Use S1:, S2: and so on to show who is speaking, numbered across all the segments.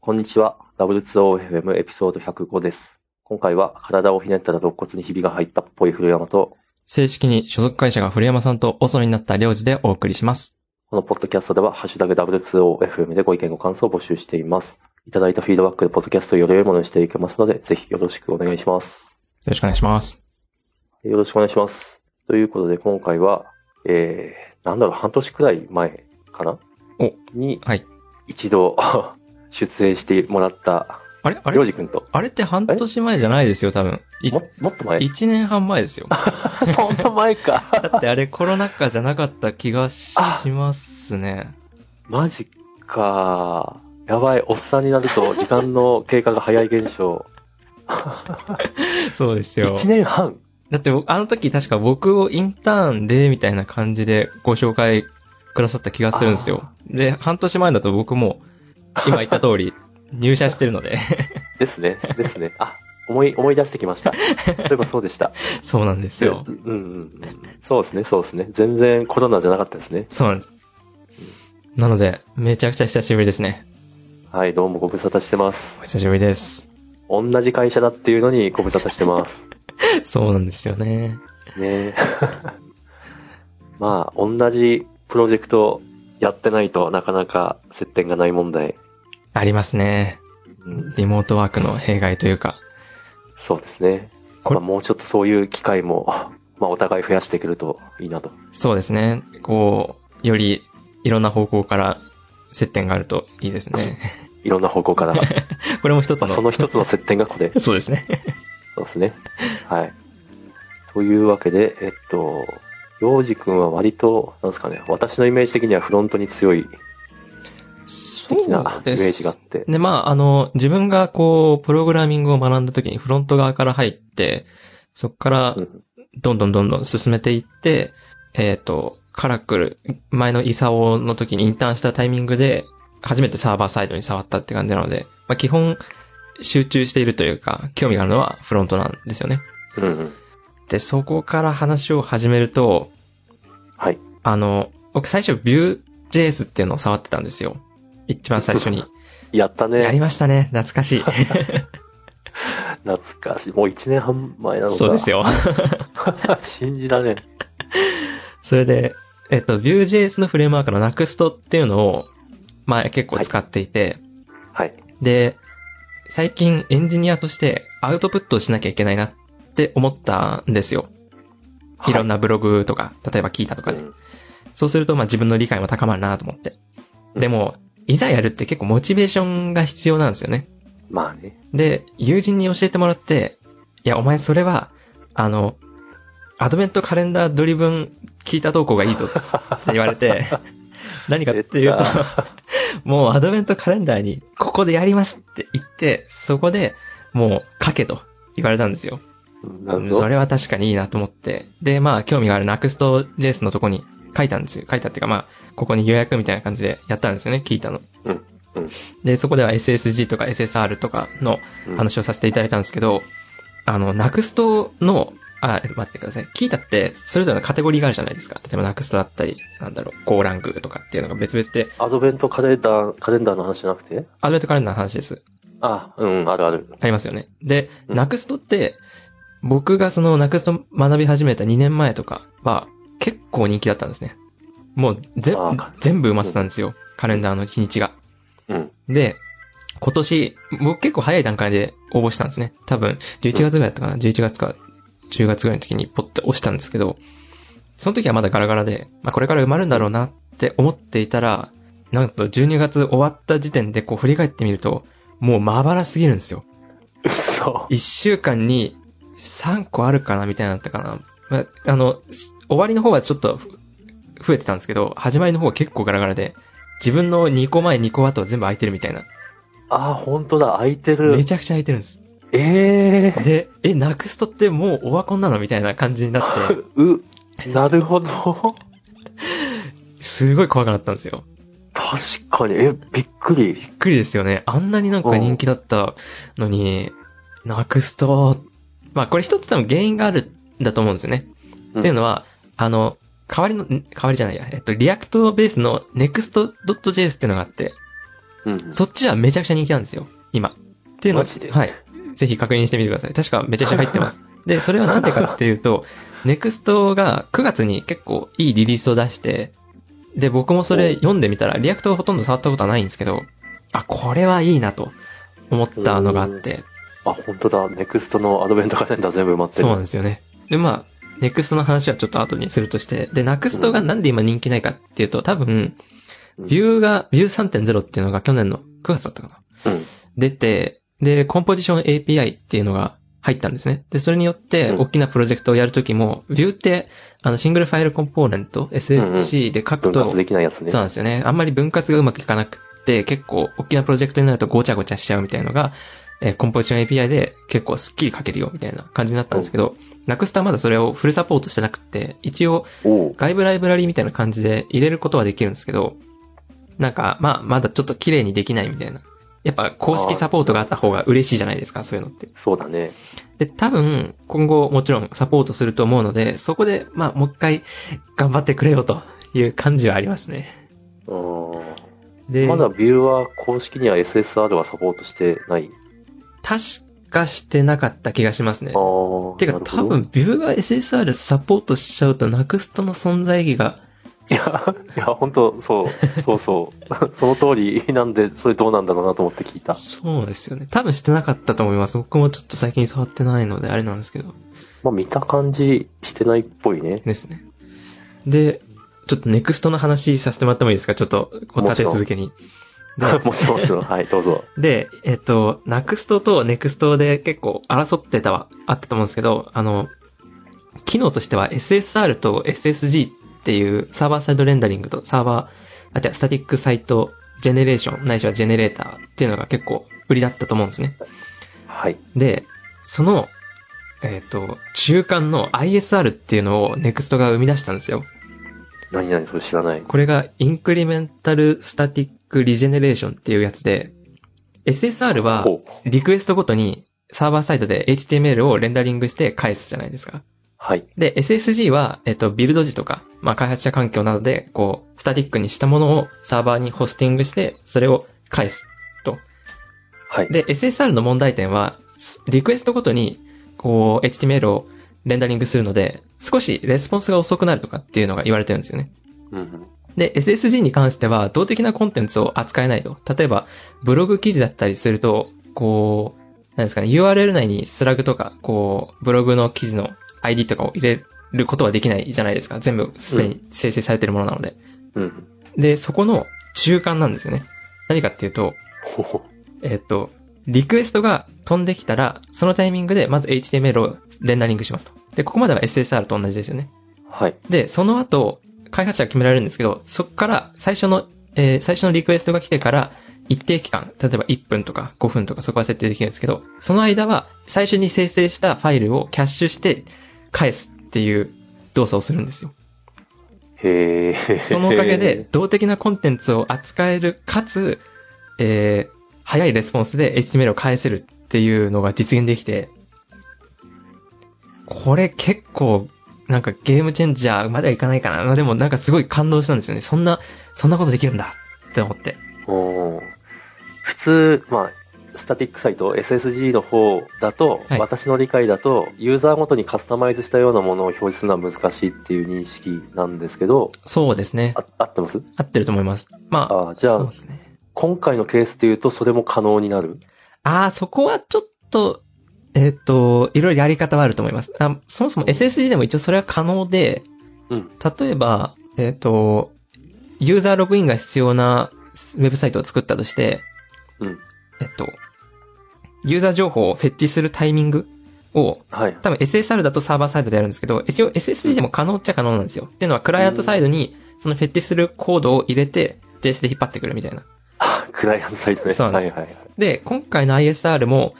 S1: こんにちは。W2OFM エピソード105です。今回は体をひねったら肋骨にひびが入ったっぽい古山と、
S2: 正式に所属会社が古山さんとオソになった領事でお送りします。
S1: このポッドキャストでは、ハッシュタグ W2OFM でご意見ご感想を募集しています。いただいたフィードバックでポッドキャストをより良いものにしていけますので、ぜひよろしくお願いします。
S2: よろしくお願いします。
S1: よろしくお願いします。ということで、今回は、えー、なんだろう、半年くらい前かな
S2: お
S1: に、
S2: はい。
S1: 一度、 出演してもらった、
S2: あれあ
S1: りょう
S2: れ
S1: じくんと、
S2: あれって半年前じゃないですよ、多分。い
S1: も、もっと前
S2: 一年半前 ですよ。だ
S1: そんな前か。
S2: ってあれコロナ禍じゃなかった気がし
S1: あ
S2: ますね。
S1: マジか。やばい、おっさんになると時間の経過が早い現象。
S2: そうですよ。
S1: 1年半
S2: だって僕あの時確か僕をインターンで、みたいな感じでご紹介くださった気がするんですよ。で、半年前だと僕も、今言った通り、入社してるので。
S1: ですね。ですね。あ、思い、思い出してきました。そういえばそうでした。
S2: そうなんですよ
S1: う。んうんうん。そうですね、そうですね。全然コロナじゃなかったですね。
S2: そうなんです。なので、めちゃくちゃ久しぶりですね。
S1: はい、どうもご無沙汰してま
S2: お
S1: す。
S2: 久しぶりです。
S1: 同じ会社だっていうのにご無沙汰してます。
S2: そうなんですよね。
S1: ねえ。 まあ、同じプロジェクトやってないとなかなか接点がない問題。
S2: ありますね。
S1: うん、
S2: リモートワークの弊害というか。
S1: そうですね。
S2: こ
S1: ま
S2: れ
S1: あ、もうちょっとそういう機会も、まあ、お互い増やしていけるといいなと。
S2: そうですね。こう、よりいろんな方向から接点があるといいですね。
S1: いろんな方向 から。ま
S2: これも一つ
S1: あ、
S2: の。
S1: その一つの接点がこれ。
S2: そうですね。
S1: そうです ね。はい。というわけで、えっと、洋二君は割と、なんですかね、私のイメージ的にはフロントに強い
S2: そう
S1: 的なイメージがあって。
S2: で、まあ、あの、自分がこう、プログラミングを学んだ時にフロント側から入って、そこから
S1: うん
S2: どんどんどんどん進めていって、えっ、と、カラクル、前のイサオの時にインターンしたタイミングで、初めてサーバーサイドに触ったって感じなので、まあ、基本、集中しているというか、興味があるのはフロントなんですよね。
S1: うんうん。
S2: で、そこから話を始めると、
S1: はい。
S2: あの、僕最初 Vue.js っていうのを触ってたんですよ。一番最 初に。
S1: やった
S2: やり
S1: ね。
S2: ましたね。懐かしい。
S1: 懐かしい。もう一年半前なのか。
S2: そうです
S1: よ。
S2: よ。
S1: 信じられん。
S2: それで、えっと、Vue.js のフレームワークの Next っていうのを、まあ結構使っていて、
S1: はい。
S2: で、最近エンジニアとしてアウトプットをしなきゃいけないなって思ったんですよ。いろん
S1: な
S2: なブログとか、例えば聞いたとかで。そうすると、まあ自分の理解も高まるなと思って。
S1: うん
S2: でも、いざやるって結構モチベーションが必要なんですよね。
S1: まあね。
S2: で、友人に教えてもらって、いや、お前それは、あの、アドベントカレンダードリブン聞いた投稿がいいぞって言わ れて、何かっていうと、もうアドベントカレンダーにここでやりますって言って、そこでもう書けと言われたんですよ。
S1: なるほ
S2: そ
S1: ど。
S2: れは確かにいいなと思って。で、まあ、興味がある Next.js のとこに書いたんですよ。書いたっていうか、まあ、ここに予約みたいな感じでやったんですよね、聞いたの。
S1: うんうん
S2: で、そこでは SSG とか SSR とかの
S1: うん
S2: 話をさせていただいたんですけど、あの、Next の、あ、待ってください。聞いたって、それぞれのカテゴリーがあるじゃないですか。例えば Next だったり、なんだろう、Go ランクとかっていうのが別々で、
S1: アドベントカレンダー、カレンダーの話じゃなくて
S2: アドベントカレンダーの話です。
S1: あ、うん、うんあるある。
S2: ありますよね。で、
S1: うん
S2: ナクストって、僕がそのナクスト学び始めた2年前とかは、結構人気だったんですね。もうぜ
S1: あー
S2: 全部埋まってたんですよ。カレンダーの日にちが。
S1: うん。
S2: で、今年、僕結構早い段階で応募したんですね。多分、11月ぐらいだったかな。11月か、10月ぐらいの時にポッて押したんですけど、その時はまだガラガラで、まあこれから埋まるんだろうなって思っていたら、なんと12月終わった時点でこう振り返ってみると、もうまばらすぎるんですよ。
S1: そう。
S2: 一週間に3個あるかなみたいなのだったかな。まあ、あの、し終わりの方はちょっとふ増えてたんですけど、始まりの方は結構ガラガラで、自分の2個前2個後は全部空いてるみたいな。
S1: あ、本当だ、空いて
S2: め
S1: る。
S2: ちゃくちゃ空いてるんです。
S1: ええ
S2: で、え、ナクストってもうオワコンなのみたいな感じに なっ
S1: う、なるほど。
S2: て、すごい怖くなったんですよ。
S1: 確かに、え、びっくり。
S2: びっくりですよね。あんなになんか人気だったのに、ナクスト、まあこれ一つ多分原因があるんだと思うんですよね。
S1: うん
S2: っていうのは、あの、代わりの、ん代わりじゃないや、えっと、リアクトベースの next.js っていうのがあって、
S1: うんうん。
S2: そっちはめちゃくちゃ人気なんですよ、今。っていうのを
S1: マジで
S2: はい。ぜひ確認してみてください。確かめちゃくちゃ入っ てます。で、それはなんでかっていうと、ネクストが9月に結構いいリリースを出して、で、僕もそれ読んでみたら、リアクトをほとんど触ったことはないんですけど、あ、これはいいなと思ったのがあって、
S1: あ、本当だ。ネクストのアドベントカレンダー全部埋まってる。
S2: そうなんですよね。で、まあ、ネクストの話はちょっと後にするとして、で、ナクストがなんで今人気ないかっていうと、多分、
S1: うん
S2: ビューが、ビュー3.0っていうのが去年の9月だったかな。
S1: うん。
S2: 出て、で、コンポジション API っていうのが入ったんですね。で、それによって、
S1: うん
S2: 大きなプロジェクトをやるときも、ビューって、あの、シングルファイルコンポーネント、SFC で書く
S1: 分
S2: と、
S1: 割できないやつね。
S2: そうなんですよね。あんまり分割がうまくいかなくて、結構大きなプロジェクトになるとごちゃごちゃしちゃうみたいなのが、えーコンポジション API で結構スッキリ書けるよみたいな感じになったんですけど、ナクスタはまだそれをフルサポートしてなくて、一応
S1: おう
S2: 外部ライブラリみたいな感じで入れることはできるんですけど、なんか、まあ、まだちょっと綺麗にできないみたいな。やっぱ公式サポートがあった方が嬉しいじゃないですか、そういうのって。
S1: そうだね。
S2: で、多分、今後もちろんサポートすると思うので、そこで、まあ、もう一回頑張ってくれよという感じはありますね。
S1: うーん
S2: で、
S1: まだビューは公式には SSR はサポートしてない。
S2: 確かしてなかった気がしますね
S1: あ。あ。
S2: てか
S1: なるほ
S2: 多
S1: ど。
S2: 分、ビューが SSR サポートしちゃうと、ナクストの存在意義が、
S1: いや、いや、本当そう、そうそう。 その通りなんで、それどうなんだろうなと思って聞いた。
S2: そうですよね。多分してなかったと思います。僕もちょっと最近触ってないので、あれなんですけど。
S1: まあ見た感じしてないっぽいね。
S2: ですね。で、ちょっとネクストの話させてもらってもいいですかちょっと、こう立て続けに。で
S1: もちろん、もちろん。はい、どうぞ。
S2: で、えっと、ナクストとネクストで結構争ってたは、あったと思うんですけど、あの、機能としては SSR と SSG っていうサーバーサイドレンダリングとサーバー、あ、違う、スタティックサイトジェネレーション、ないしはジェネレーターっていうのが結構売りだったと思うんですね。
S1: はい。
S2: で、その、えっ、と、中間の ISR っていうのをネクストが生み出したんですよ。
S1: 何々、それ知らない。
S2: これがインクリメンタルスタティックリジェネレーションっていうやつで、SSR は
S1: ほう
S2: リクエストごとにサーバーサイトで HTML をレンダリングして返すじゃないですか。
S1: はい。
S2: で、SSG は、えっと、ビルド時とか、まあ、開発者環境などで、こう、スタティックにしたものをサーバーにホスティングして、それを返すと。
S1: はい。
S2: で、SSR の問題点は、リクエストごとに、こう、HTML をレンダリングするので、少しレスポンスが遅くなるとかっていうのが言われてるんですよね。
S1: うんうん。
S2: で、SSG に関しては、動的なコンテンツを扱えないと。例えば、ブログ記事だったりすると、こう、なんですかね、URL 内にスラグとか、こう、ブログの記事の ID とかを入れることはできないじゃないですか。全部すでに生成されてるものなので。
S1: うん。
S2: で、そこの中間なんですよね。何かっていうと、
S1: ほほ。
S2: えっと、リクエストが飛んできたら、そのタイミングでまず HTML をレンダリングしますと。で、ここまでは SSR と同じですよね。
S1: はい。
S2: で、その後、開発者が決められるんですけど、そこから最初の、えー最初のリクエストが来てから、一定期間、例えば1分とか5分とかそこは設定できるんですけど、その間は最初に生成したファイルをキャッシュして返すっていう動作をするんですよ。
S1: へえ。
S2: そのおかげで、動的なコンテンツを扱える、かつ、えー早いレスポンスで HTML を返せるっていうのが実現できて、これ結構、なんかゲームチェンジャーまではいかないかな。まあでもなんかすごい感動したんですよね。そんな、そんなことできるんだって思って。
S1: おー普通、まあ、スタティックサイト、SSG の方だと、
S2: はい
S1: 私の理解だと、ユーザーごとにカスタマイズしたようなものを表示するのは難しいっていう認識なんですけど、
S2: そうですね。
S1: あ合ってます
S2: 合ってると思います。まあ、
S1: あじゃあ
S2: そうですね。
S1: 今回のケースで言うと、それも可能になる。
S2: ああ、そこはちょっと、えっ、と、いろいろやり方はあると思います。あそもそも SSG でも一応それは可能で、
S1: うん。
S2: 例えば、えっ、と、ユーザーログインが必要なウェブサイトを作ったとして、
S1: うん。
S2: えっと、ユーザー情報をフェッチするタイミングを、
S1: はい。
S2: 多分 SSR だとサーバーサイドでやるんですけど、一応 SSG でも可能っちゃ可能なんですよ。っていうのは、クライアントサイドにそのフェッチするコードを入れて、JS で引っ張ってくるみたいな。
S1: クライアントサイトね。
S2: そうなんです
S1: はいはいはい。
S2: で、今回の ISR も、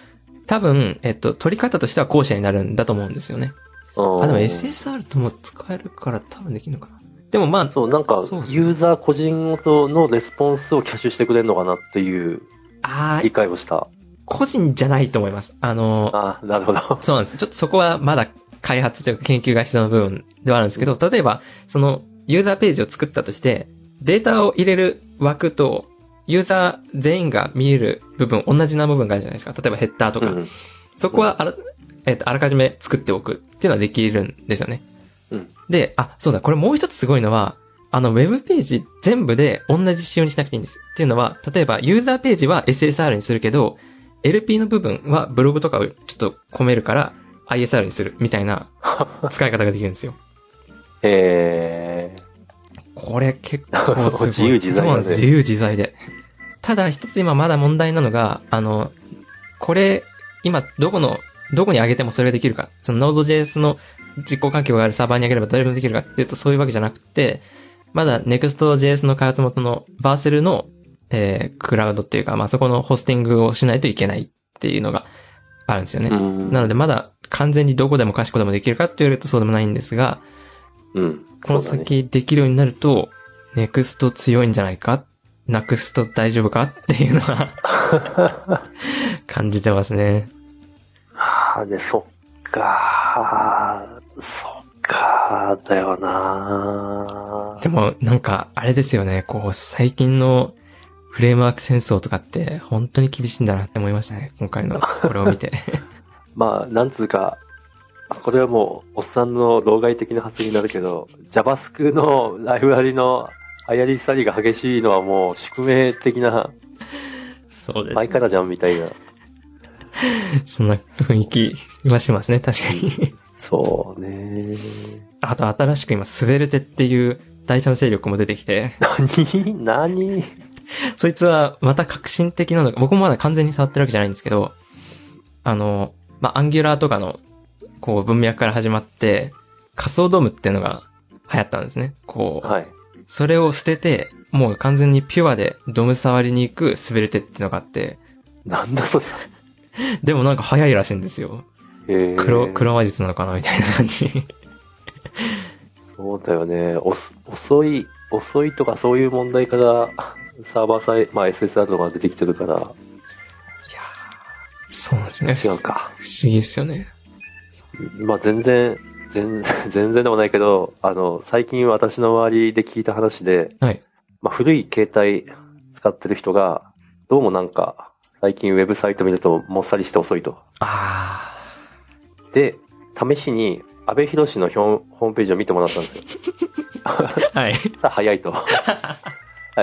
S2: 多分、えっと、取り方としては後者になるんだと思うんですよね。
S1: あ
S2: あ、でも SSR とも使えるから多分できるのかな。でもまあ、
S1: そう、なんか
S2: そう、ですね
S1: ユーザー個人ごとのレスポンスをキャッシュしてくれるのかなっていう
S2: あー
S1: 理解をした。
S2: 個人じゃないと思います。あの、
S1: あ、なるほど。
S2: そうなんです。ちょっとそこはまだ開発というか研究が必要な部分ではあるんですけど、例えば、そのユーザーページを作ったとして、データを入れる枠と、ユーザー全員が見える部分、同じな部分があるじゃないですか。例えばヘッダーとか。
S1: うん
S2: そこはあら、えっ、と、あらかじめ作っておくっていうのはできるんですよね。
S1: うん。
S2: で、あ、そうだ、これもう一つすごいのは、あの、ウェブページ全部で同じ仕様にしなくていいんです。っていうのは、例えば、ユーザーページは SSR にするけど、LP の部分はブログとかをちょっと込めるから ISR にするみたいな使い方ができるんですよ。
S1: え
S2: これ結構すごい。
S1: 自由自在だね
S2: そうなんです、自由自在で。ただ一つ今まだ問題なのが、あの、これ、今どこの、どこに上げてもそれができるか。その Node.js の実行環境があるサーバーに上げれば誰でもできるかっていうとそういうわけじゃなくて、まだ Next.js の開発元のバーセルの、えー、クラウドっていうか、まあ、そこのホスティングをしないといけないっていうのがあるんですよね。
S1: うん
S2: なのでまだ完全にどこでもかしこでもできるかって言われるとそうでもないんですが、
S1: ー、うん。
S2: この
S1: そうだね
S2: 先できるようになると、ネクスト強いんじゃないかなくすと大丈夫かっていうのは 感じてますね。
S1: ああ、で、そっかー。そっかー、だよな
S2: でもなんかあれですよね、こう最近のフレームワーク戦争とかって本当に厳しいんだなって思いましたね、今回のこれを 見て。
S1: まあ、なんつうか、これはもう、おっさんの老害的な発言になるけど、JavaScript のライブラリの流行り去りが激しいのはもう宿命的な、
S2: そうで
S1: 前からじゃんみたいな。
S2: そんな雰囲気はしますね、確かに。
S1: そうねー。
S2: あと新しく今、スベルテっていう第三勢力も出てきて、
S1: 何何
S2: そいつはまた革新的なのか、僕もまだ完全に触ってるわけじゃないんですけど、あの、まあ、アンギュラーとかの、こう、文脈から始まって、仮想ドームっていうのが流行ったんですね。こう、
S1: はい。
S2: それを捨てて、もう完全にピュアでドム触りに行く滑り手っていうのがあって、
S1: なんだそれ。
S2: でもなんか早いらしいんですよ。
S1: えー
S2: 黒、黒魔術なのかなみたいな感じ。
S1: そうだよね。おす遅い、遅いとかそういう問題から、サーバーサイ、まあ SSR とかが出てきてるから、
S2: そうなんですね。
S1: 違うか。
S2: 不思議ですよね。
S1: まあ全然、全 然、全然でもないけど、あの、最近私の周りで聞いた話で、
S2: はい。
S1: まあ古い携帯使ってる人が、どうもなんか、最近ウェブサイト見るともっさりして遅いと。
S2: あ
S1: で、試しに、安倍博のひょんホームページを見てもらったんですよ。
S2: ー。はい。
S1: さあ、早いと。は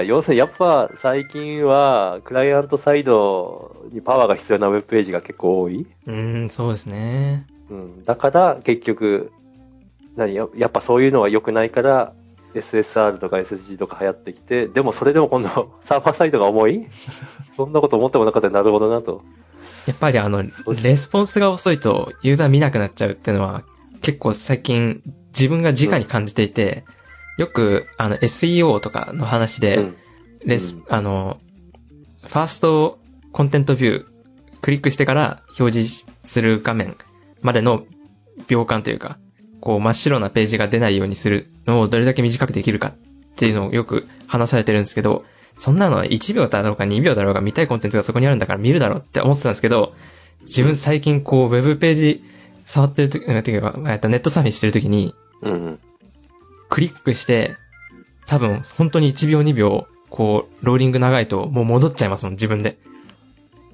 S1: い要するに、やっぱ最近は、クライアントサイドにパワーが必要なウェブページが結構多い。
S2: うーん、そうですね。
S1: うん、だから、結局、何ややっぱそういうのは良くないから、SSR とか SSG とか流行ってきて、でもそれでも今度、 サーバーサイドが重い そんなこと思ってもなかったらなるほどなと。
S2: やっぱりあの、レスポンスが遅いとユーザー見なくなっちゃうっていうのは結構最近自分が直に感じていて、よくあの SEO とかの話
S1: う
S2: で
S1: ん、
S2: レス、
S1: うん
S2: あの、ファーストコンテントビュークリックしてから表示する画面までの秒間というか、こう真っ白なページが出ないようにするのをどれだけ短くできるかっていうのをよく話されてるんですけど、そんなのは1秒だろうか2秒だろうか見たいコンテンツがそこにあるんだから見るだろうって思ってたんですけど、自分最近こうウェブページ触ってるとき、ていうかえっとネットサーフィンしてるときに、
S1: うんうん。
S2: クリックして、多分本当に1秒2秒、こう、ローリング長いともう戻っちゃいますもん、自分で。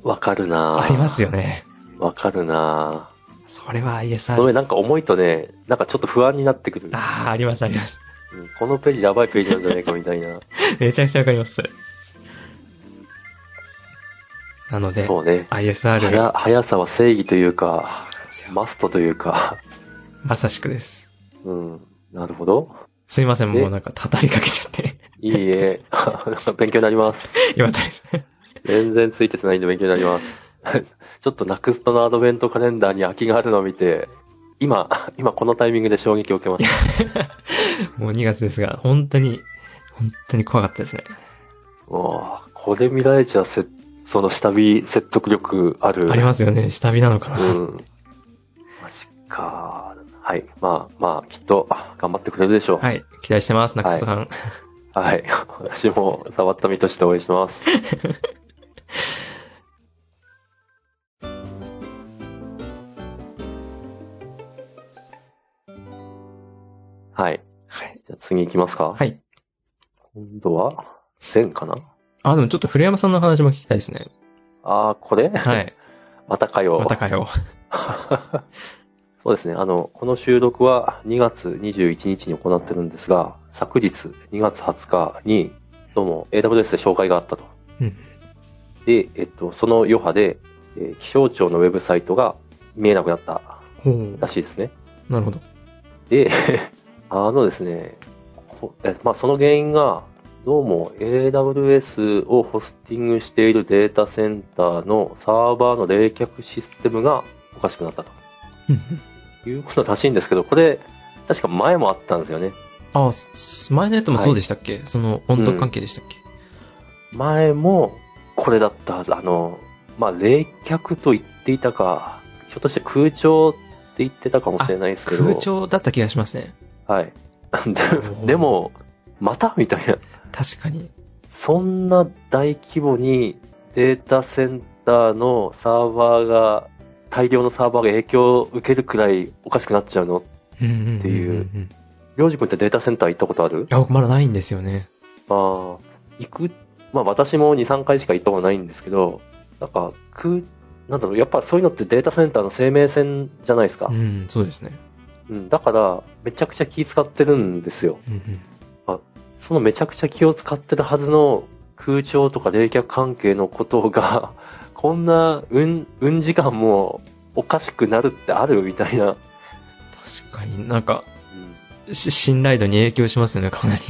S1: わかるな
S2: あ
S1: ぁ
S2: りますよね。
S1: わかるなぁ
S2: それは
S1: そ
S2: ISR。
S1: れなんか重いとね、なんかちょっと不安になってくる。
S2: ああ、ありますあります。
S1: うんこのページやばいページなんじゃないかみたい な。
S2: めちゃくちゃわかります、それ。なので、
S1: そうね。
S2: ISR
S1: 速
S2: が、
S1: 速さは正義というか、
S2: そうなんですよま
S1: マストというか、
S2: さしくです。
S1: うん、なるほど。
S2: すいません、
S1: で
S2: もうなんか語りかけちゃって。
S1: いいえ、 なんか勉強になります。
S2: よかったですね。
S1: 全然ついててないんで勉強になります。 ちょっとナクストのアドベントカレンダーに空きがあるのを見て、今、今このタイミングで衝撃を受けました。
S2: もう2月ですが、本当に、本当に怖かったですね。
S1: おーこれ見られちゃせ、その下火説得力ある。
S2: ありますよね、下火なのかな。
S1: うん。マジか。はい。まあまあ、きっと頑張ってくれるでしょう。はい。
S2: はい、期待してます、ナクストさん。
S1: 私も触った身として応援してます。 はい。
S2: はい。
S1: じゃあ次行きますか。
S2: はい。
S1: 今度は、善かな
S2: あ、でもちょっと古山さんの話も聞きたいですね。
S1: ああ、これ、
S2: はい。
S1: またかよ。
S2: またかよ。
S1: そうですね。あの、この収録は2月21日に行ってるんですが、昨日2月20日に、どうも AWS で紹介があったと。
S2: うん。
S1: で、えっと、その余波で、えー気象庁のウェブサイトが見えなくなった
S2: ほう
S1: ら。しいですね。
S2: なるほど。
S1: で、 あのですね、こえまあ、その原因が、どうも AWS をホスティングしているデータセンターのサーバーの冷却システムがおかしくなったと。
S2: うん。
S1: いうことらしいんですけど、これ、確か前もあったんですよね。
S2: あ、すす前のやつもそうでしたっけ、その温度関係でしたっけ、
S1: 前もこれだったはず。あの、まあ、冷却と言っていたか、ひょっとして空調って言ってたかもしれないですけど。
S2: 空調だった気がしますね。
S1: はい。
S2: おー
S1: ででも、またみたいな。
S2: 確かに。
S1: そんな大規模にデータセンターのサーバーが、大量のサーバーが影響を受けるくらいおかしくなっちゃうの
S2: うんうんうんうん。
S1: っていう
S2: うん。
S1: りょうじくんってデータセンター行ったことある
S2: いや、僕まだないんですよね。
S1: ああ、行く、まあ私も2、3回しか行ったことないんですけど、なんか、空、なんだろう、やっぱそういうのってデータセンターの生命線じゃないですか
S2: う。ん、そうですね。
S1: うん、だから、めちゃくちゃ気使ってるんですよ。
S2: うんうん。
S1: そのめちゃくちゃ気を使ってるはずの空調とか冷却関係のことが、 こんな、うん、うん時間もおかしくなるってあるみたいな。
S2: 確かになんか、し信頼度に影響しますよね、かなり。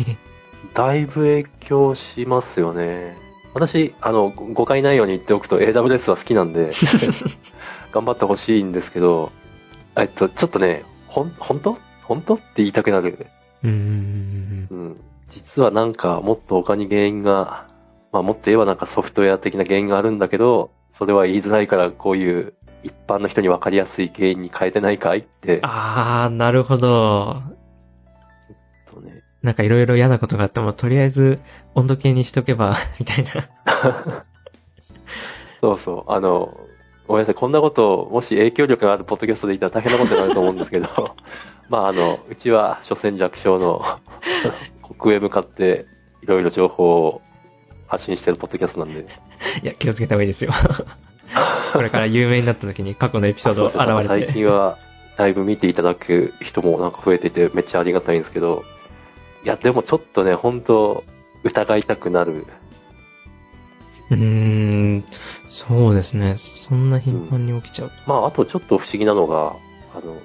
S1: だいぶ影響しますよね。私、あの、ご誤解ないように言っておくと AWS は好きなんで、頑張ってほしいんですけど、えっと、ちょっとね、ほん、本当本当って言いたくなる。
S2: うんうんうん
S1: うん。実はなんか、もっと他に原因が、まあもっと言えばなんかソフトウェア的な原因があるんだけど、それは言いづらいから、こういう一般の人に分かりやすい原因に変えてないかいって
S2: うん。、あー、なるほど。
S1: えっとね、
S2: なんかいろいろ嫌なことがあっても、とりあえず温度計にしとけば、みたいな。
S1: そうそう。あの、ごめんなさい。こんなことを、もし影響力があるポッドキャストで言ったら大変なことになると思うんですけど、 まあ、あの、うちは、所詮弱小の、国へ向かって、いろいろ情報を発信してるポッドキャストなんで、
S2: いや、気をつけた方がいいですよ。これから有名になった時 に過去のエピソード
S1: そうそう
S2: 現れ
S1: 最
S2: て。
S1: 近は、だいぶ見ていただく人もなんか増えていて、めっちゃありがたいんですけど、いや、でもちょっとね、本当疑いたくなる。
S2: うーん、そうですね。そんな頻繁に起きちゃう。
S1: まあ、あとちょっと不思議なのが、あの、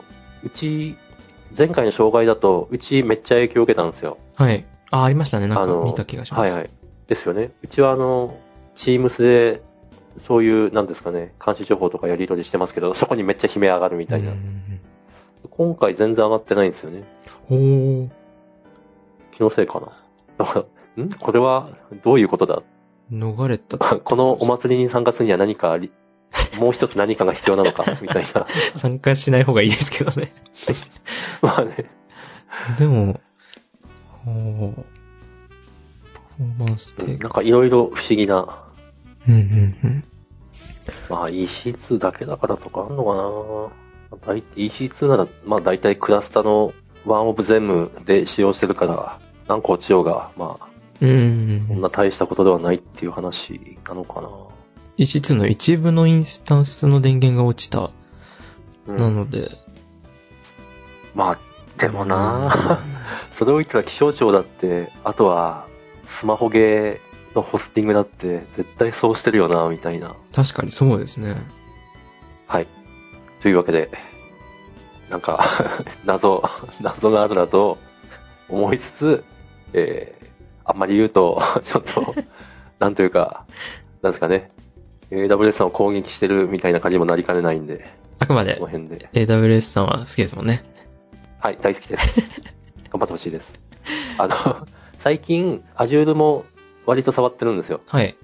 S1: うち、前回の障害だと、うちめっちゃ影響を受けたんですよ。
S2: はい。あ、ありましたね。なん
S1: あ
S2: か
S1: の
S2: 見た気がしま
S1: は
S2: す。
S1: いはい。ですよね。うちはあの、Teams で、そういう、なんですかね、監視情報とかやり取りしてますけど、そこにめっちゃ悲鳴上がるみたいな。
S2: うん
S1: 今回全然上がってないんですよね。
S2: うんうん。おー、
S1: 気のせいかな。だから、んこれはどういうことだ
S2: 逃 れた。
S1: このお祭りに参加するには何かあ り、もう一つ何かが必要なのかみたい な。
S2: 参加しない方がいいですけどね。
S1: まあね。
S2: でも、おーパフォーマンス
S1: うん
S2: 低下。
S1: なんかいろいろ不思議な
S2: うんうんうん。
S1: まあ EC2 だけだからとかあんのかな大 EC2 なら、まあ大体クラスタのワンオブゼムで使用してるから、何個落ちようが、まあ、
S2: うんうんうん。
S1: そんな大したことではないっていう話なのか
S2: EC2 の一部のインスタンスの電源が落ちた。
S1: な。う。
S2: なんので。
S1: まあ、でもなそれを言ったら気象庁だって、あとは、スマホゲーのホスティングだって、絶対そうしてるよな、みたいな。
S2: 確かにそうですね。
S1: はい。というわけで、なんか、 謎、謎があるなと思いつつ、えー、あんまり言うと、 ちょっと、なんというか、なんですかね、AWS さんを攻撃してるみたいな感じにもなりかねないんで、
S2: あくまで
S1: この辺で。
S2: AWS さんは好きですもんね。
S1: はい、大好きです。頑張ってほしいです。あの、最近、Azure も割と触ってるんですよ。
S2: はい。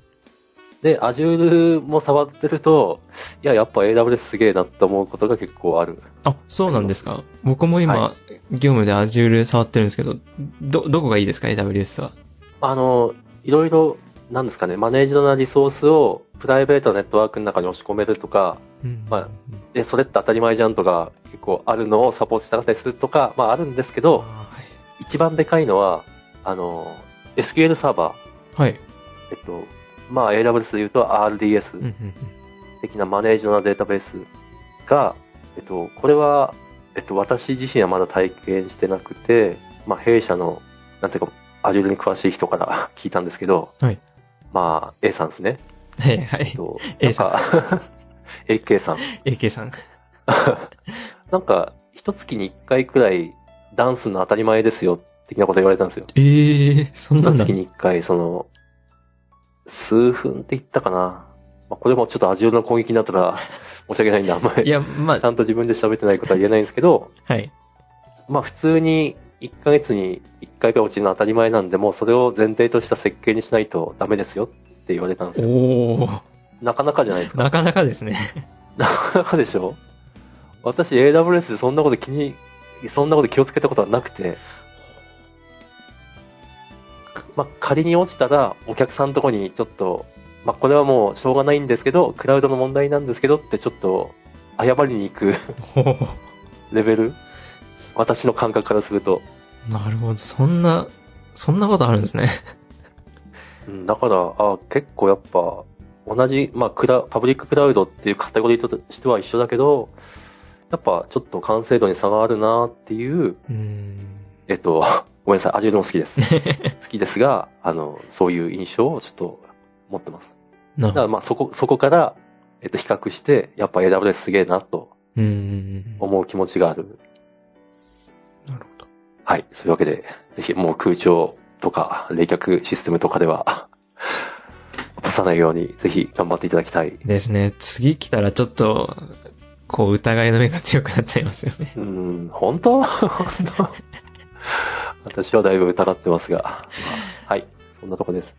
S1: で、Azure も触ってると、いや、やっぱ AWS すげえなって思うことが結構ある。
S2: あ、そうなんですか。僕も今、
S1: は
S2: 業務で Azure 触ってるんですけど、ど、どこがいいですか ?AWS は。
S1: あの、いろいろ、なんですかね、マネージドなリソースをプライベートなネットワークの中に押し込めるとか、
S2: うん
S1: まあえ、それって当たり前じゃんとか、結構あるのをサポートしたかったりするとか、まああるんですけど、
S2: あー
S1: 一番でかいのは、あの、SQL サーバ
S2: はい。はい。
S1: ー、えっと、まあ AWS で言うと RDS
S2: うんうんうん。
S1: 的なマネージドなデータベースが、えっと、これは、えっと、私自身はまだ体験してなくて、まあ、弊社の、なんていうか、Azure に詳しい人から 聞いたんですけど、
S2: はい
S1: まあ、A さんですね。
S2: はいは
S1: えっ
S2: い。
S1: と
S2: A さん
S1: なんか AK さん。
S2: AK さん。
S1: なんか、一月に一回くらい、ダンスの当たり前ですよ、的なこと言われたんですよ。
S2: ええそんな
S1: 一
S2: んだ
S1: 月。に一回、その、数分って言ったかな。まあ、これもちょっと Azure の攻撃になったら、 申し訳ないんで、あんまり
S2: い。や、ま
S1: ちゃんと自分で喋ってないことは言えないんですけど、
S2: あ、はい。
S1: まあ普通に1ヶ月に1回くらい落ちるのは当たり前なんで、もうそれを前提とした設計にしないとダメですよって言われたんですよ。
S2: おー、
S1: なかなかじゃないですか。
S2: なかなかですね。
S1: なかなかでしょ私 AWS でそんなこと気に、そんなこと気をつけたことはなくて、まあ仮に落ちたらお客さんのとこにちょっと、まあこれはもうしょうがないんですけど、クラウドの問題なんですけどってちょっと謝りに行く
S2: おー
S1: レベル私の感覚からすると。
S2: なるほど。そんな、そんなことあるんですね。
S1: うんだから、あ結構やっぱ、同じ、まあクラ、パブリッククラウドっていうカテゴリーとしては一緒だけど、やっぱちょっと完成度に差があるなっていう、
S2: うーん。
S1: えっと、 ごめんなさい、味でも好きです。好きですが、あの、そういう印象をちょっと持ってます。だ
S2: な
S1: か
S2: るほ
S1: ら
S2: ど。
S1: まあそこ、そこから、えっと、比較して、やっぱ AWS すげえなと
S2: うーん。
S1: 思う気持ちがある。
S2: なるほど。
S1: はい。そういうわけで、ぜひもう空調とか冷却システムとかでは、 落とさないように、ぜひ頑張っていただきたい
S2: ですね。次来たらちょっと、こう、疑いの目が強くなっちゃいますよね。
S1: うーん、本当 本当私はだいぶ疑ってますが。はい、そんなとこです。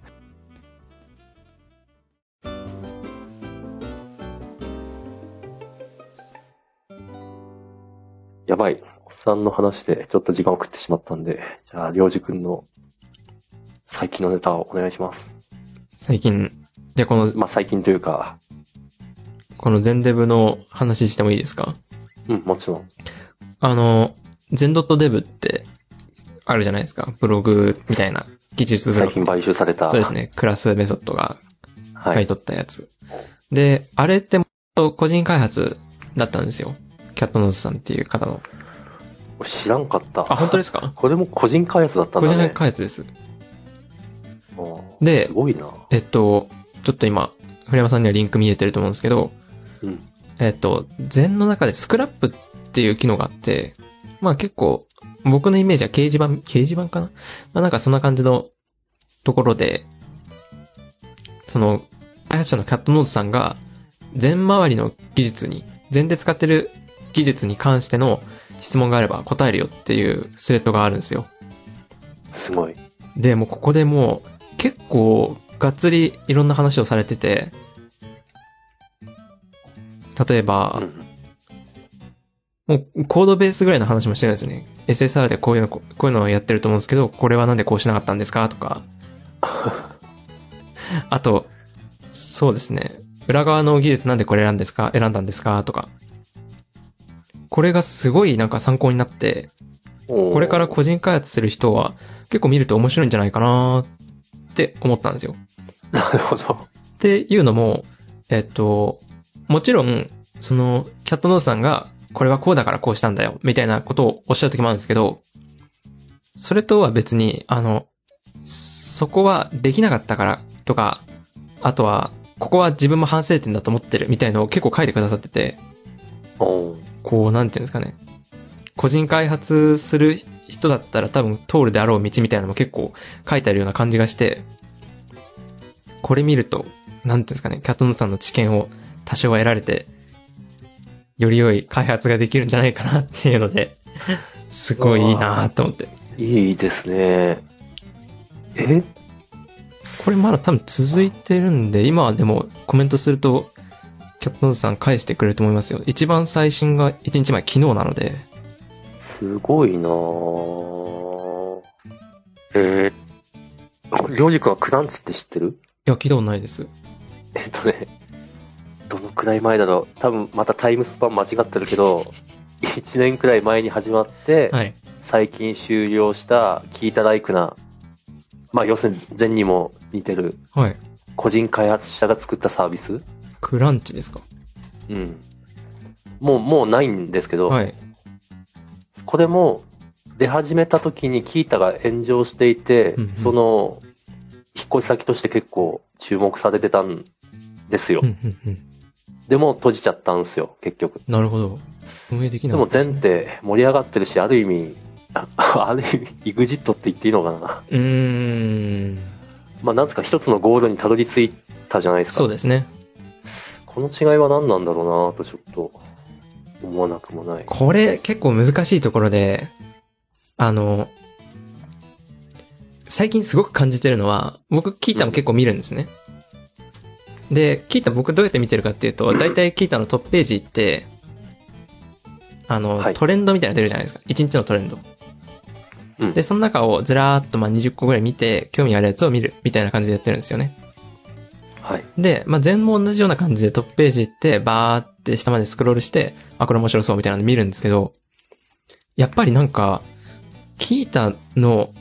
S1: やばい。おっさんの話でちょっと時間を食ってしまったんで、じゃあ、りょうじくんの最近のネタをお願いします。
S2: 最近、じゃあこの、
S1: まあ、最近というか、
S2: この全デブの話してもいいですか
S1: うん、もちろん。
S2: あの、全 .dev って、あるじゃないですか。ブログみたいな、技術ブロ
S1: 最
S2: グ。
S1: 近買収された。
S2: そうですね。クラスメソッドが
S1: は
S2: 買い
S1: い。
S2: 取ったやつ。で、あれってもっと個人開発だったんですよ。キャットノーズさんっていう方の。
S1: 知らんかった。
S2: あ、本当ですか
S1: これも個人開発だったん
S2: 個
S1: だ
S2: 人
S1: ね。
S2: 開発です。
S1: うん
S2: です
S1: ごいな。
S2: えっと、ちょっと今、古山さんにはリンク見えてると思うんですけど、
S1: うん。
S2: えっと、禅の中でスクラップっていう機能があって、まあ結構、僕のイメージは掲示板、掲示板かなまあなんかそんな感じのところで、その、開発者のキャットノーズさんが、禅周りの技術に、禅で使ってる技術に関しての質問があれば答えるよっていうスレッドがあるんですよ。
S1: すごい。
S2: で、もうここでもう、結構、がっつりいろんな話をされてて、例えば、
S1: うん
S2: もうコードベースぐらいの話もしてるんですね。SSR でこういうの、ここういうのをやってると思うんですけど、これはなんでこうしなかったんですかとか。あと、そうですね。裏側の技術なんでこれ選んですか選んだんですかとか。これがすごいなんか参考になって、こ
S1: こ
S2: れから個人開発する人は結構見ると面白いんじゃないかなって思ったんですよ。
S1: なるほど。
S2: っていうのも、えっと、もちろん、その、キャットノーズさんが、これはこうだからこうしたんだよ、みたいなことをおっしゃる時もあるんですけど、それとは別に、あの、そこはできなかったからとか、あとは、ここは自分も反省点だと思ってるみたいのを結構書いてくださってて、
S1: おー
S2: こう、なんていうんですかね。個人開発する人だったら多分通るであろう道みたいなのも結構書いてあるような感じがして、これ見ると、なんていうんですかね、キャットノートさんの知見を多少は得られて、より良い開発ができるんじゃないかなっていうので、すごいいいなと思って。
S1: いいですね。え
S2: これまだ多分続いてるんで、今はでもコメントすると、キャットノートさん返してくれると思いますよ。一番最新が1日前昨日なので、
S1: すごいなぁえー、りょうじくんはクランチって知ってる
S2: いや、聞いたことないです。
S1: えっとね、どのくらい前だろう。多分またタイムスパン間違ってるけど、1年くらい前に始まって、
S2: はい。
S1: 最近終了した、キータライクな、まあ、要するに前にも似てる、
S2: はい。
S1: 個人開発者が作ったサービス。
S2: クランチですか
S1: うん。もう、もうないんですけど、
S2: はい。
S1: これも出始めた時にキータが炎上していて、
S2: うんうん
S1: その引っ越し先として結構注目されてたんですよ。
S2: うん、うん、うん。
S1: でも閉じちゃったんですよ、結局。
S2: なるほど。運営でき
S1: で
S2: なか
S1: も
S2: った
S1: 前
S2: すね
S1: 提盛り上がってるし、ある意味、 あある意味、EXIT って言っていいのかな。
S2: うーん。
S1: まあ、なぜか一つのゴールにたどり着いたじゃないです
S2: そう
S1: か。
S2: ですね。
S1: この違いは何なんだろうなとちょっと思わなくもない。
S2: これ結構難しいところで、あの、最近すごく感じてるのは、僕、キータも結構見るんですね。で、キータ僕どうやって見てるかっていうと、大体キータのトップページ行って、あの、
S1: はい
S2: トレンドみたいなの出るじゃないですか。1日のトレンド。
S1: うん
S2: で、その中をずらーっとまあ20個ぐらい見て、興味あるやつを見るみたいな感じでやってるんですよね。
S1: はい。
S2: で、まあ、全も同じような感じでトップページ行って、バーって下までスクロールして、あ、これ面白そうみたいなの見るんですけど、やっぱりなんか、キータの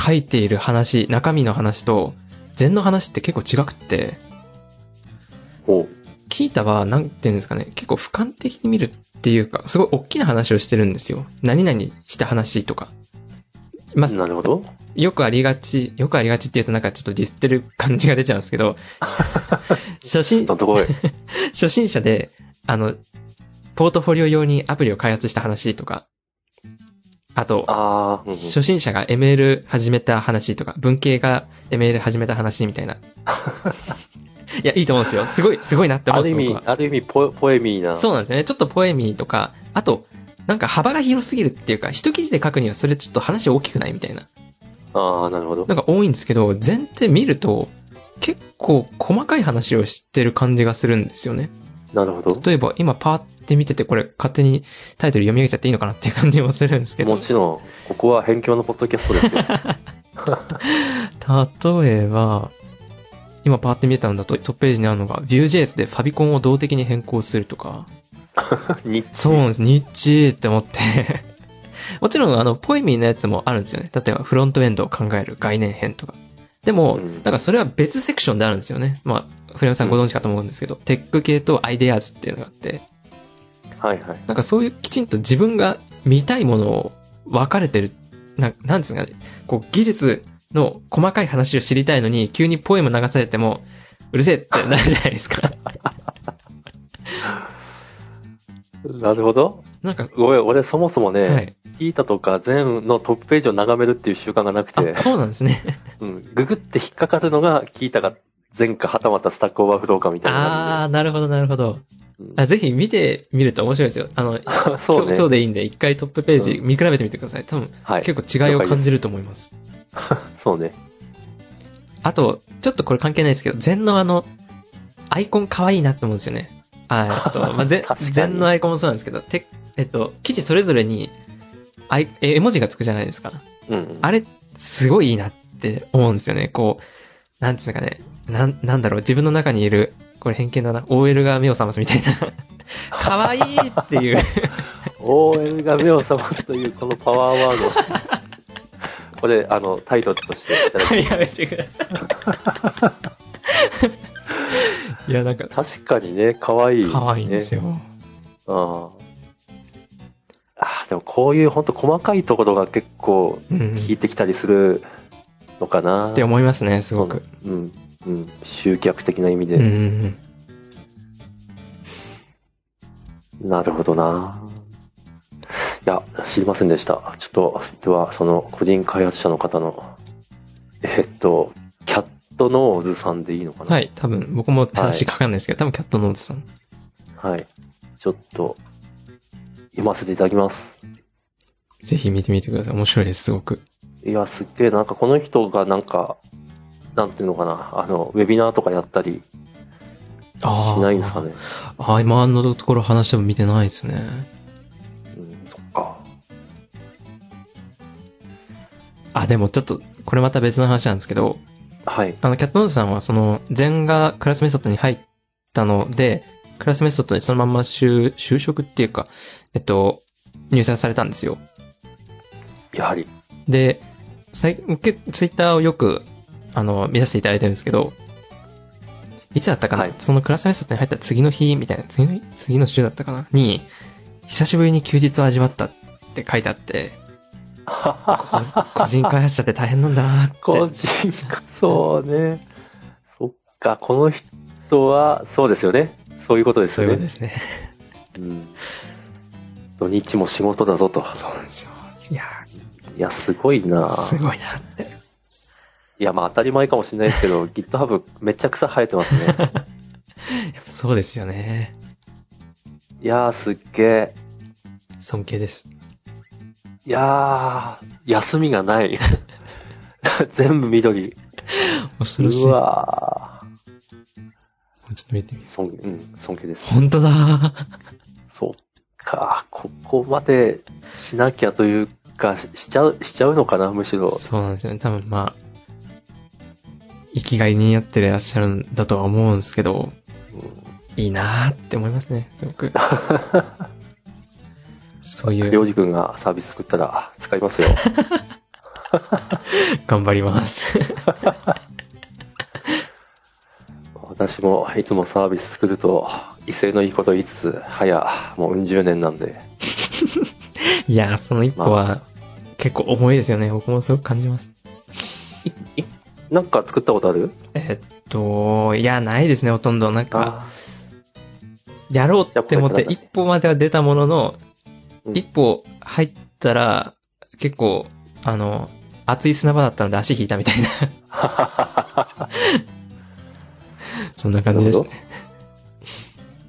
S2: 書いている話、中身の話と、全の話って結構違くって、
S1: おう
S2: キータは、なんていうんですかね、結構俯瞰的に見るっていうか、すごい大きな話をしてるんですよ。何々した話とか。まあ、
S1: なるほど。
S2: よくありがち、よくありがちって言うとなんかちょっとディスってる感じが出ちゃうんですけど、初心
S1: どんと こい。
S2: 初心者で、あの、ポートフォリオ用にアプリを開発した話とか、あと、
S1: あー、うんうん
S2: 初心者が ML 始めた話とか、文系が ML 始めた話みたいな。 いや、いいと思うんですよ。すごい、すごいなって思
S1: あ
S2: うん
S1: る
S2: で
S1: 意
S2: す僕
S1: 味
S2: は、
S1: ある意味ポエ、ポエミーな。
S2: そうなんですよね。ちょっとポエミーとか、あと、なんか幅が広すぎるっていうか、一記事で書くにはそれちょっと話大きくないみたいな。
S1: ああ、なるほど。
S2: なんか多いんですけど、前提見ると、結構細かい話を知ってる感じがするんですよね。
S1: なるほど。
S2: 例えば今パーって見ててこれ勝手にタイトル読み上げちゃっていいのかなっていう感じもするんですけど
S1: も。ちろん、ここは辺境のポッドキャストですよ。
S2: 例えば、今パーって見てたんだとトップページにあるのが Vue.js でファビコンを動的に変更するとか。
S1: に
S2: そうなんです。ニッチーって思って。 もちろんあの、ポエミーのやつもあるんですよね。例えばフロントエンドを考える概念編とか。でも、
S1: うん
S2: なんかそれは別セクションであるんですよね。まあ、古山さんご存知かと思うんですけど、テック系とアイデアーズっていうのがあって。
S1: はいはい。
S2: なんかそういうきちんと自分が見たいものを分かれてる、ななんですかね、こう技術の細かい話を知りたいのに、急にポエム流されても、うるせえってなるじゃないですか。
S1: なるほど。
S2: なんか、
S1: ごめん、俺そもそもね、
S2: はい。
S1: キータとか全のトップページを眺めるっていう習慣がなくて
S2: あ、、そうなんですね。
S1: うん、ググって引っかかるのがキータが前かはたまたスタックオーバーフローかみたい
S2: あ
S1: な
S2: ー、なるほど、なるほど。
S1: 感じで
S2: あぜひ見てみると面白いですよ。あの、
S1: うん そう
S2: 今日
S1: ね
S2: 今。日でいいんで、一回トップページ
S1: う
S2: 見比べてみてください。多分、
S1: はい。
S2: 結構違いを感じると思います。
S1: そうね。
S2: あと、ちょっとこれ関係ないですけど、禅のあの、アイコン可愛いなって思うんですよね。あ えっと、まあ、禅
S1: 確かに
S2: 禅のアイコンもそうなんですけど、てえっと、記事それぞれに、アイ、え絵文字がつくじゃないですか。
S1: うんうん。
S2: あれ、すごいいいなって思うんですよね。こう、なんつうのかね、なん、なんだろう、自分の中にいる、これ偏見だな、OL が目を覚ますみたいな、 可愛いっていう。
S1: OL が目を覚ますというこのパワーワー ド。これ、あの、タイトルとしていただきます
S2: やめてください。いや、なんか、
S1: 確かにね、可愛い、ね。
S2: 可愛いんですよ。
S1: ああーでもこういう本当細かいところが結構
S2: うん。
S1: 効いてきたりするのかな。
S2: って思いますね、すごく。
S1: うん。うん。集客的な意味で。
S2: うんうんうん。
S1: なるほどな。いや、知りませんでした。ちょっと、では、その個人開発者の方の、えっと、キャットノーズさんでいいのかな。。
S2: はいい、多分、僕も話かかんないですけど、多分キャットノーズさん。
S1: はい。ちょっと、読ませていただきます。
S2: ぜひ見てみてください。面白いです、すごく。
S1: いや、すっげえ、なんかこの人がなんか、なんていうのかな、あの、ウェビナーとかやったり
S2: ああ。
S1: しないんですかね。
S2: あー今のところ話しても見てないですね。
S1: うん、そっか。
S2: あ、でもちょっと、これまた別の話なんですけど、
S1: はい。
S2: あの、キャットノーズさんは、その、全がクラスメソッドに入ったので、クラスメソッドにそのまんま就、就職っていうか、えっと、入社されたんですよ。
S1: やはり。
S2: で、最僕ツイッターをよくあの、見させていただいてるんですけど、いつだったかな、
S1: はい
S2: そのクラスメイトに入った次の日みたいな、次の日、次の週だったかなに、久しぶりに休日を味わったって書いてあって、個個人開発者って大変なんだなって。
S1: 個人化、そうね。そっか、この人は、そうですよね。そういうことです
S2: そういう
S1: よ
S2: こと
S1: ね
S2: で。すね。
S1: うん土日も仕事だぞと。
S2: そうなんですよ。いや
S1: いや、すごいな
S2: ー、すごいなって。
S1: いや、まあ当たり前かもしれないです けど、GitHub めっちゃ草生えてますね。
S2: やっぱそうですよね。
S1: いやー、すっげえ。
S2: 尊敬です。
S1: いやー、休みがない。 全部緑。
S2: 恐ろしい。
S1: うわ
S2: もうちょっと見てみ
S1: ー
S2: ます。
S1: 尊、うん、尊敬です。
S2: 本当だ
S1: そっか、ここまでしなきゃというか、ししちゃう、しちゃうのかな、むしろ
S2: ー。。そうなんですよね。多分まあ、生きがいになってらっしゃるんだとは思うんですけど、いいなーって思いますね、す ごく。そうい
S1: りょう
S2: う、
S1: じくんがサービス作ったら使い ますよ。
S2: 頑張ります。
S1: 私もいつもサービス作ると、威勢のいいこと言いつつ、早、もううん十年なんで。
S2: いやー、その一歩
S1: ま
S2: は結構重いですよね。僕もすごく感じます。
S1: なんか作ったことある
S2: えーっと、いや、ないですね、ほとんど。なん か、
S1: あ
S2: やろうって思って、
S1: やっぱり
S2: 一歩までは出たものの、
S1: うん
S2: 一歩入ったら、結構、あの、熱い砂場だったので足引いたみたいな、そんな感じですね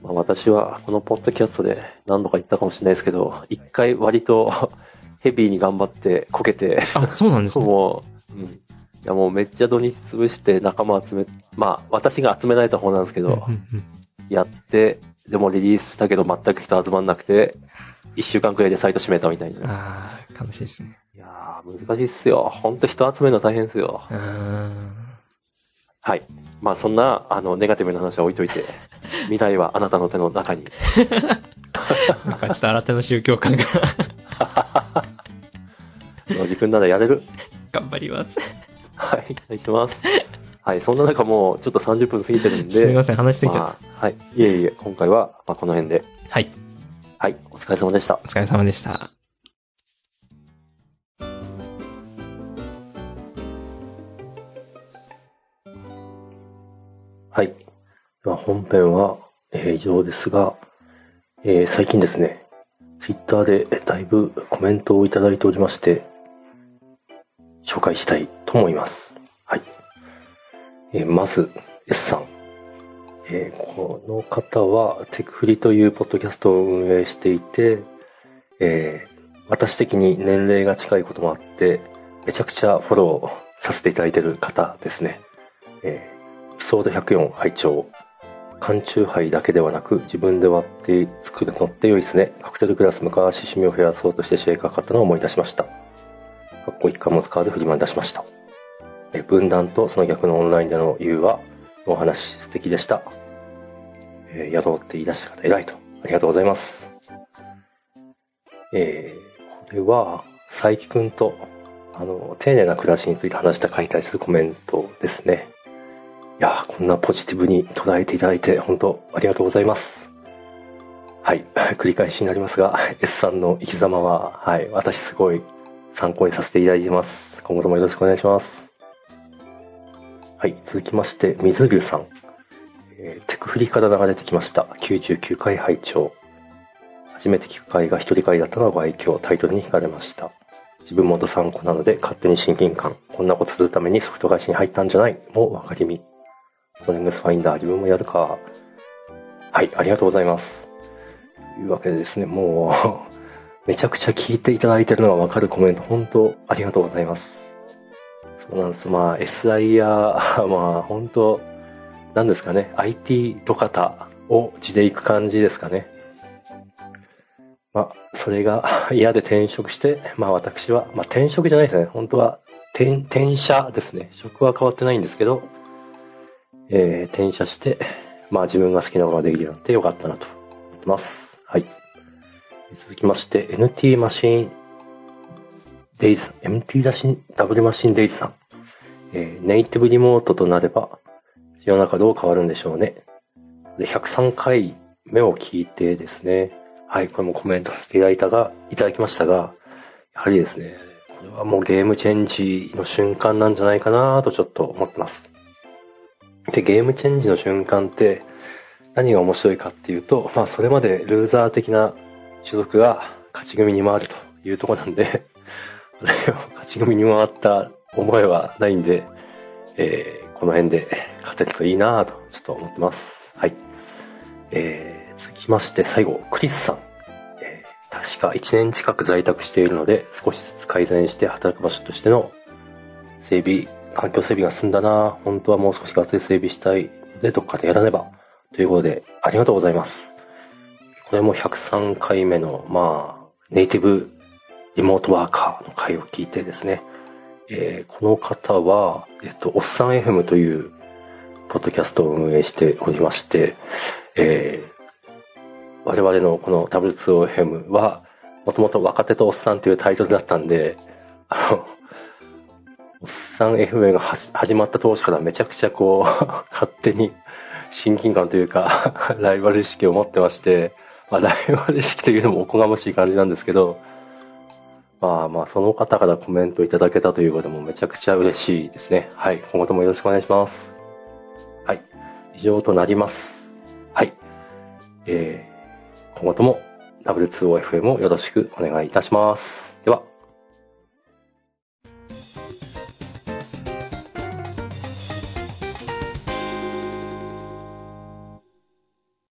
S1: な。まあ、私はこのポッドキャストで何度か言ったかもしれないですけど、一回割と ヘビーに頑張ってこけて、
S2: あ、そうなんですね。
S1: もう、うん。いやもうめっちゃ土日潰して仲間集め、まあ私が集められた方なんですけ
S2: うん
S1: ど、
S2: うんうん
S1: やって、でもリリースしたけど全く人集まんなくて、一週間くらいでサイト閉めたみたいな。
S2: ああ、悲しいですね。
S1: いやー、難しいっすよ。ほんと人集めるの大変っすよ。
S2: うーん。
S1: はい。まあそんな、あの、ネガティブな話は置いと いて、未来はあなたの手の中に。
S2: なんかちょっと新手の宗教感が
S1: 自分ならやれる。
S2: 頑張ります。
S1: はい、お願いします。はい、そんな中もうちょっと30分過ぎてるんで、
S2: すみません、話しすぎちゃった。
S1: まあ、はい、いえいえ、今回は、まあ、この辺で、
S2: はい、
S1: はい、お疲れ様でした
S2: お。疲れ様でした。
S1: はい。では本編は、えー以上ですが、えー最近ですね、ツイッターでえーだいぶコメントをいただいておりまして、紹介したいと思います。はい。えーまず、S さん。えーこの方は、テクフリというポッドキャストを運営していて、えー私的に年齢が近いこともあって、めちゃくちゃフォローさせていただいている方ですね。えーエピソード104拝聴缶中杯だけではなく自分で割って作るのって良いですねカクテルグラス昔趣味を増やそうとしてシェイカー買ったのを思い出しましたかっこ一貫も使わず振り回出しましたえ分断とその逆のオンラインでの融和のお話素敵でした、えーやろうって言い出した方偉いとありがとうございますえーこれは佐伯くんとあの丁寧な暮らしについて話した回に対するコメントですねいやーこんなポジティブに捉えていただいて、本当ありがとうございます。はい、 繰り返しになりますが、S さんの生き様は、はい、私すごい参考にさせていただいてます。今後ともよろしくお願いします。はい、続きまして、水流さん。えーテクフリから流れてきました。99回拝聴初めて聞く回が一人会だったのはご愛嬌、タイトルに惹かれました。自分もドサンコなので勝手に親近感。こんなことするためにソフト会社に入ったんじゃないもう分かりみ。ストレングスファインダー自分もやるか。はい、ありがとうございます。というわけでですね、もう 、めちゃくちゃ聞いていただいてるのがわかるコメント、本当ありがとうございます。そうなんです。まあ、SI や、 まあ、本当なんですかね、IT 土方を地で行く感じですかね。まあ、それが 嫌で転職して、まあ私は、まあ転職じゃないですね。本当は転、転社ですね。職は変わってないんですけど、えー転写して、まあ自分が好きなものができるようになってよかったなと思ってます。はい。続きまして、NT マシンデイズ、MT ダシン、W マシンデイズさん。ええーネイティブリモートとなれば、世の中どう変わるんでしょうね。で、103回目を聞いてですね、はい、これもコメントさせていただいたが、いただきましたが、やはりですね、これはもうゲームチェンジの瞬間なんじゃないかなとちょっと思ってます。で、ゲームチェンジの瞬間って何が面白いかっていうと、まあそれまでルーザー的な種族が勝ち組に回るというところなんで、 それを勝ち組に回った思いはないんで、えーこの辺で勝てるといいなぁとちょっと思ってます。はい。えー続きまして最後、クリスさん。えー確か1年近く在宅しているので、少しずつ改善して働く場所としての整備、環境整備が進んだなぁ本当はもう少しがっつり整備したいので、どっかでやらねば。ということで、ありがとうございます。これも103回目の、まあ、ネイティブリモートワーカーの回を聞いてですね、えーこの方は、えっと、おっさん FM という、ポッドキャストを運営しておりまして、えー我々のこの W2OFM は、もともと若手とおっさんというタイトルだったんで、あの、おっさん FM がはし始まった当初からめちゃくちゃこう、 勝手に親近感というか、 ライバル意識を持ってまして、まあ、ライバル意識というのもおこがましい感じなんですけど、まあまあ、その方からコメントいただけたということもめちゃくちゃ嬉しいですね。はい。今後ともよろしくお願いします。はい。以上となります。はい。えー、今後とも W2OFM をよろしくお願いいたします。では。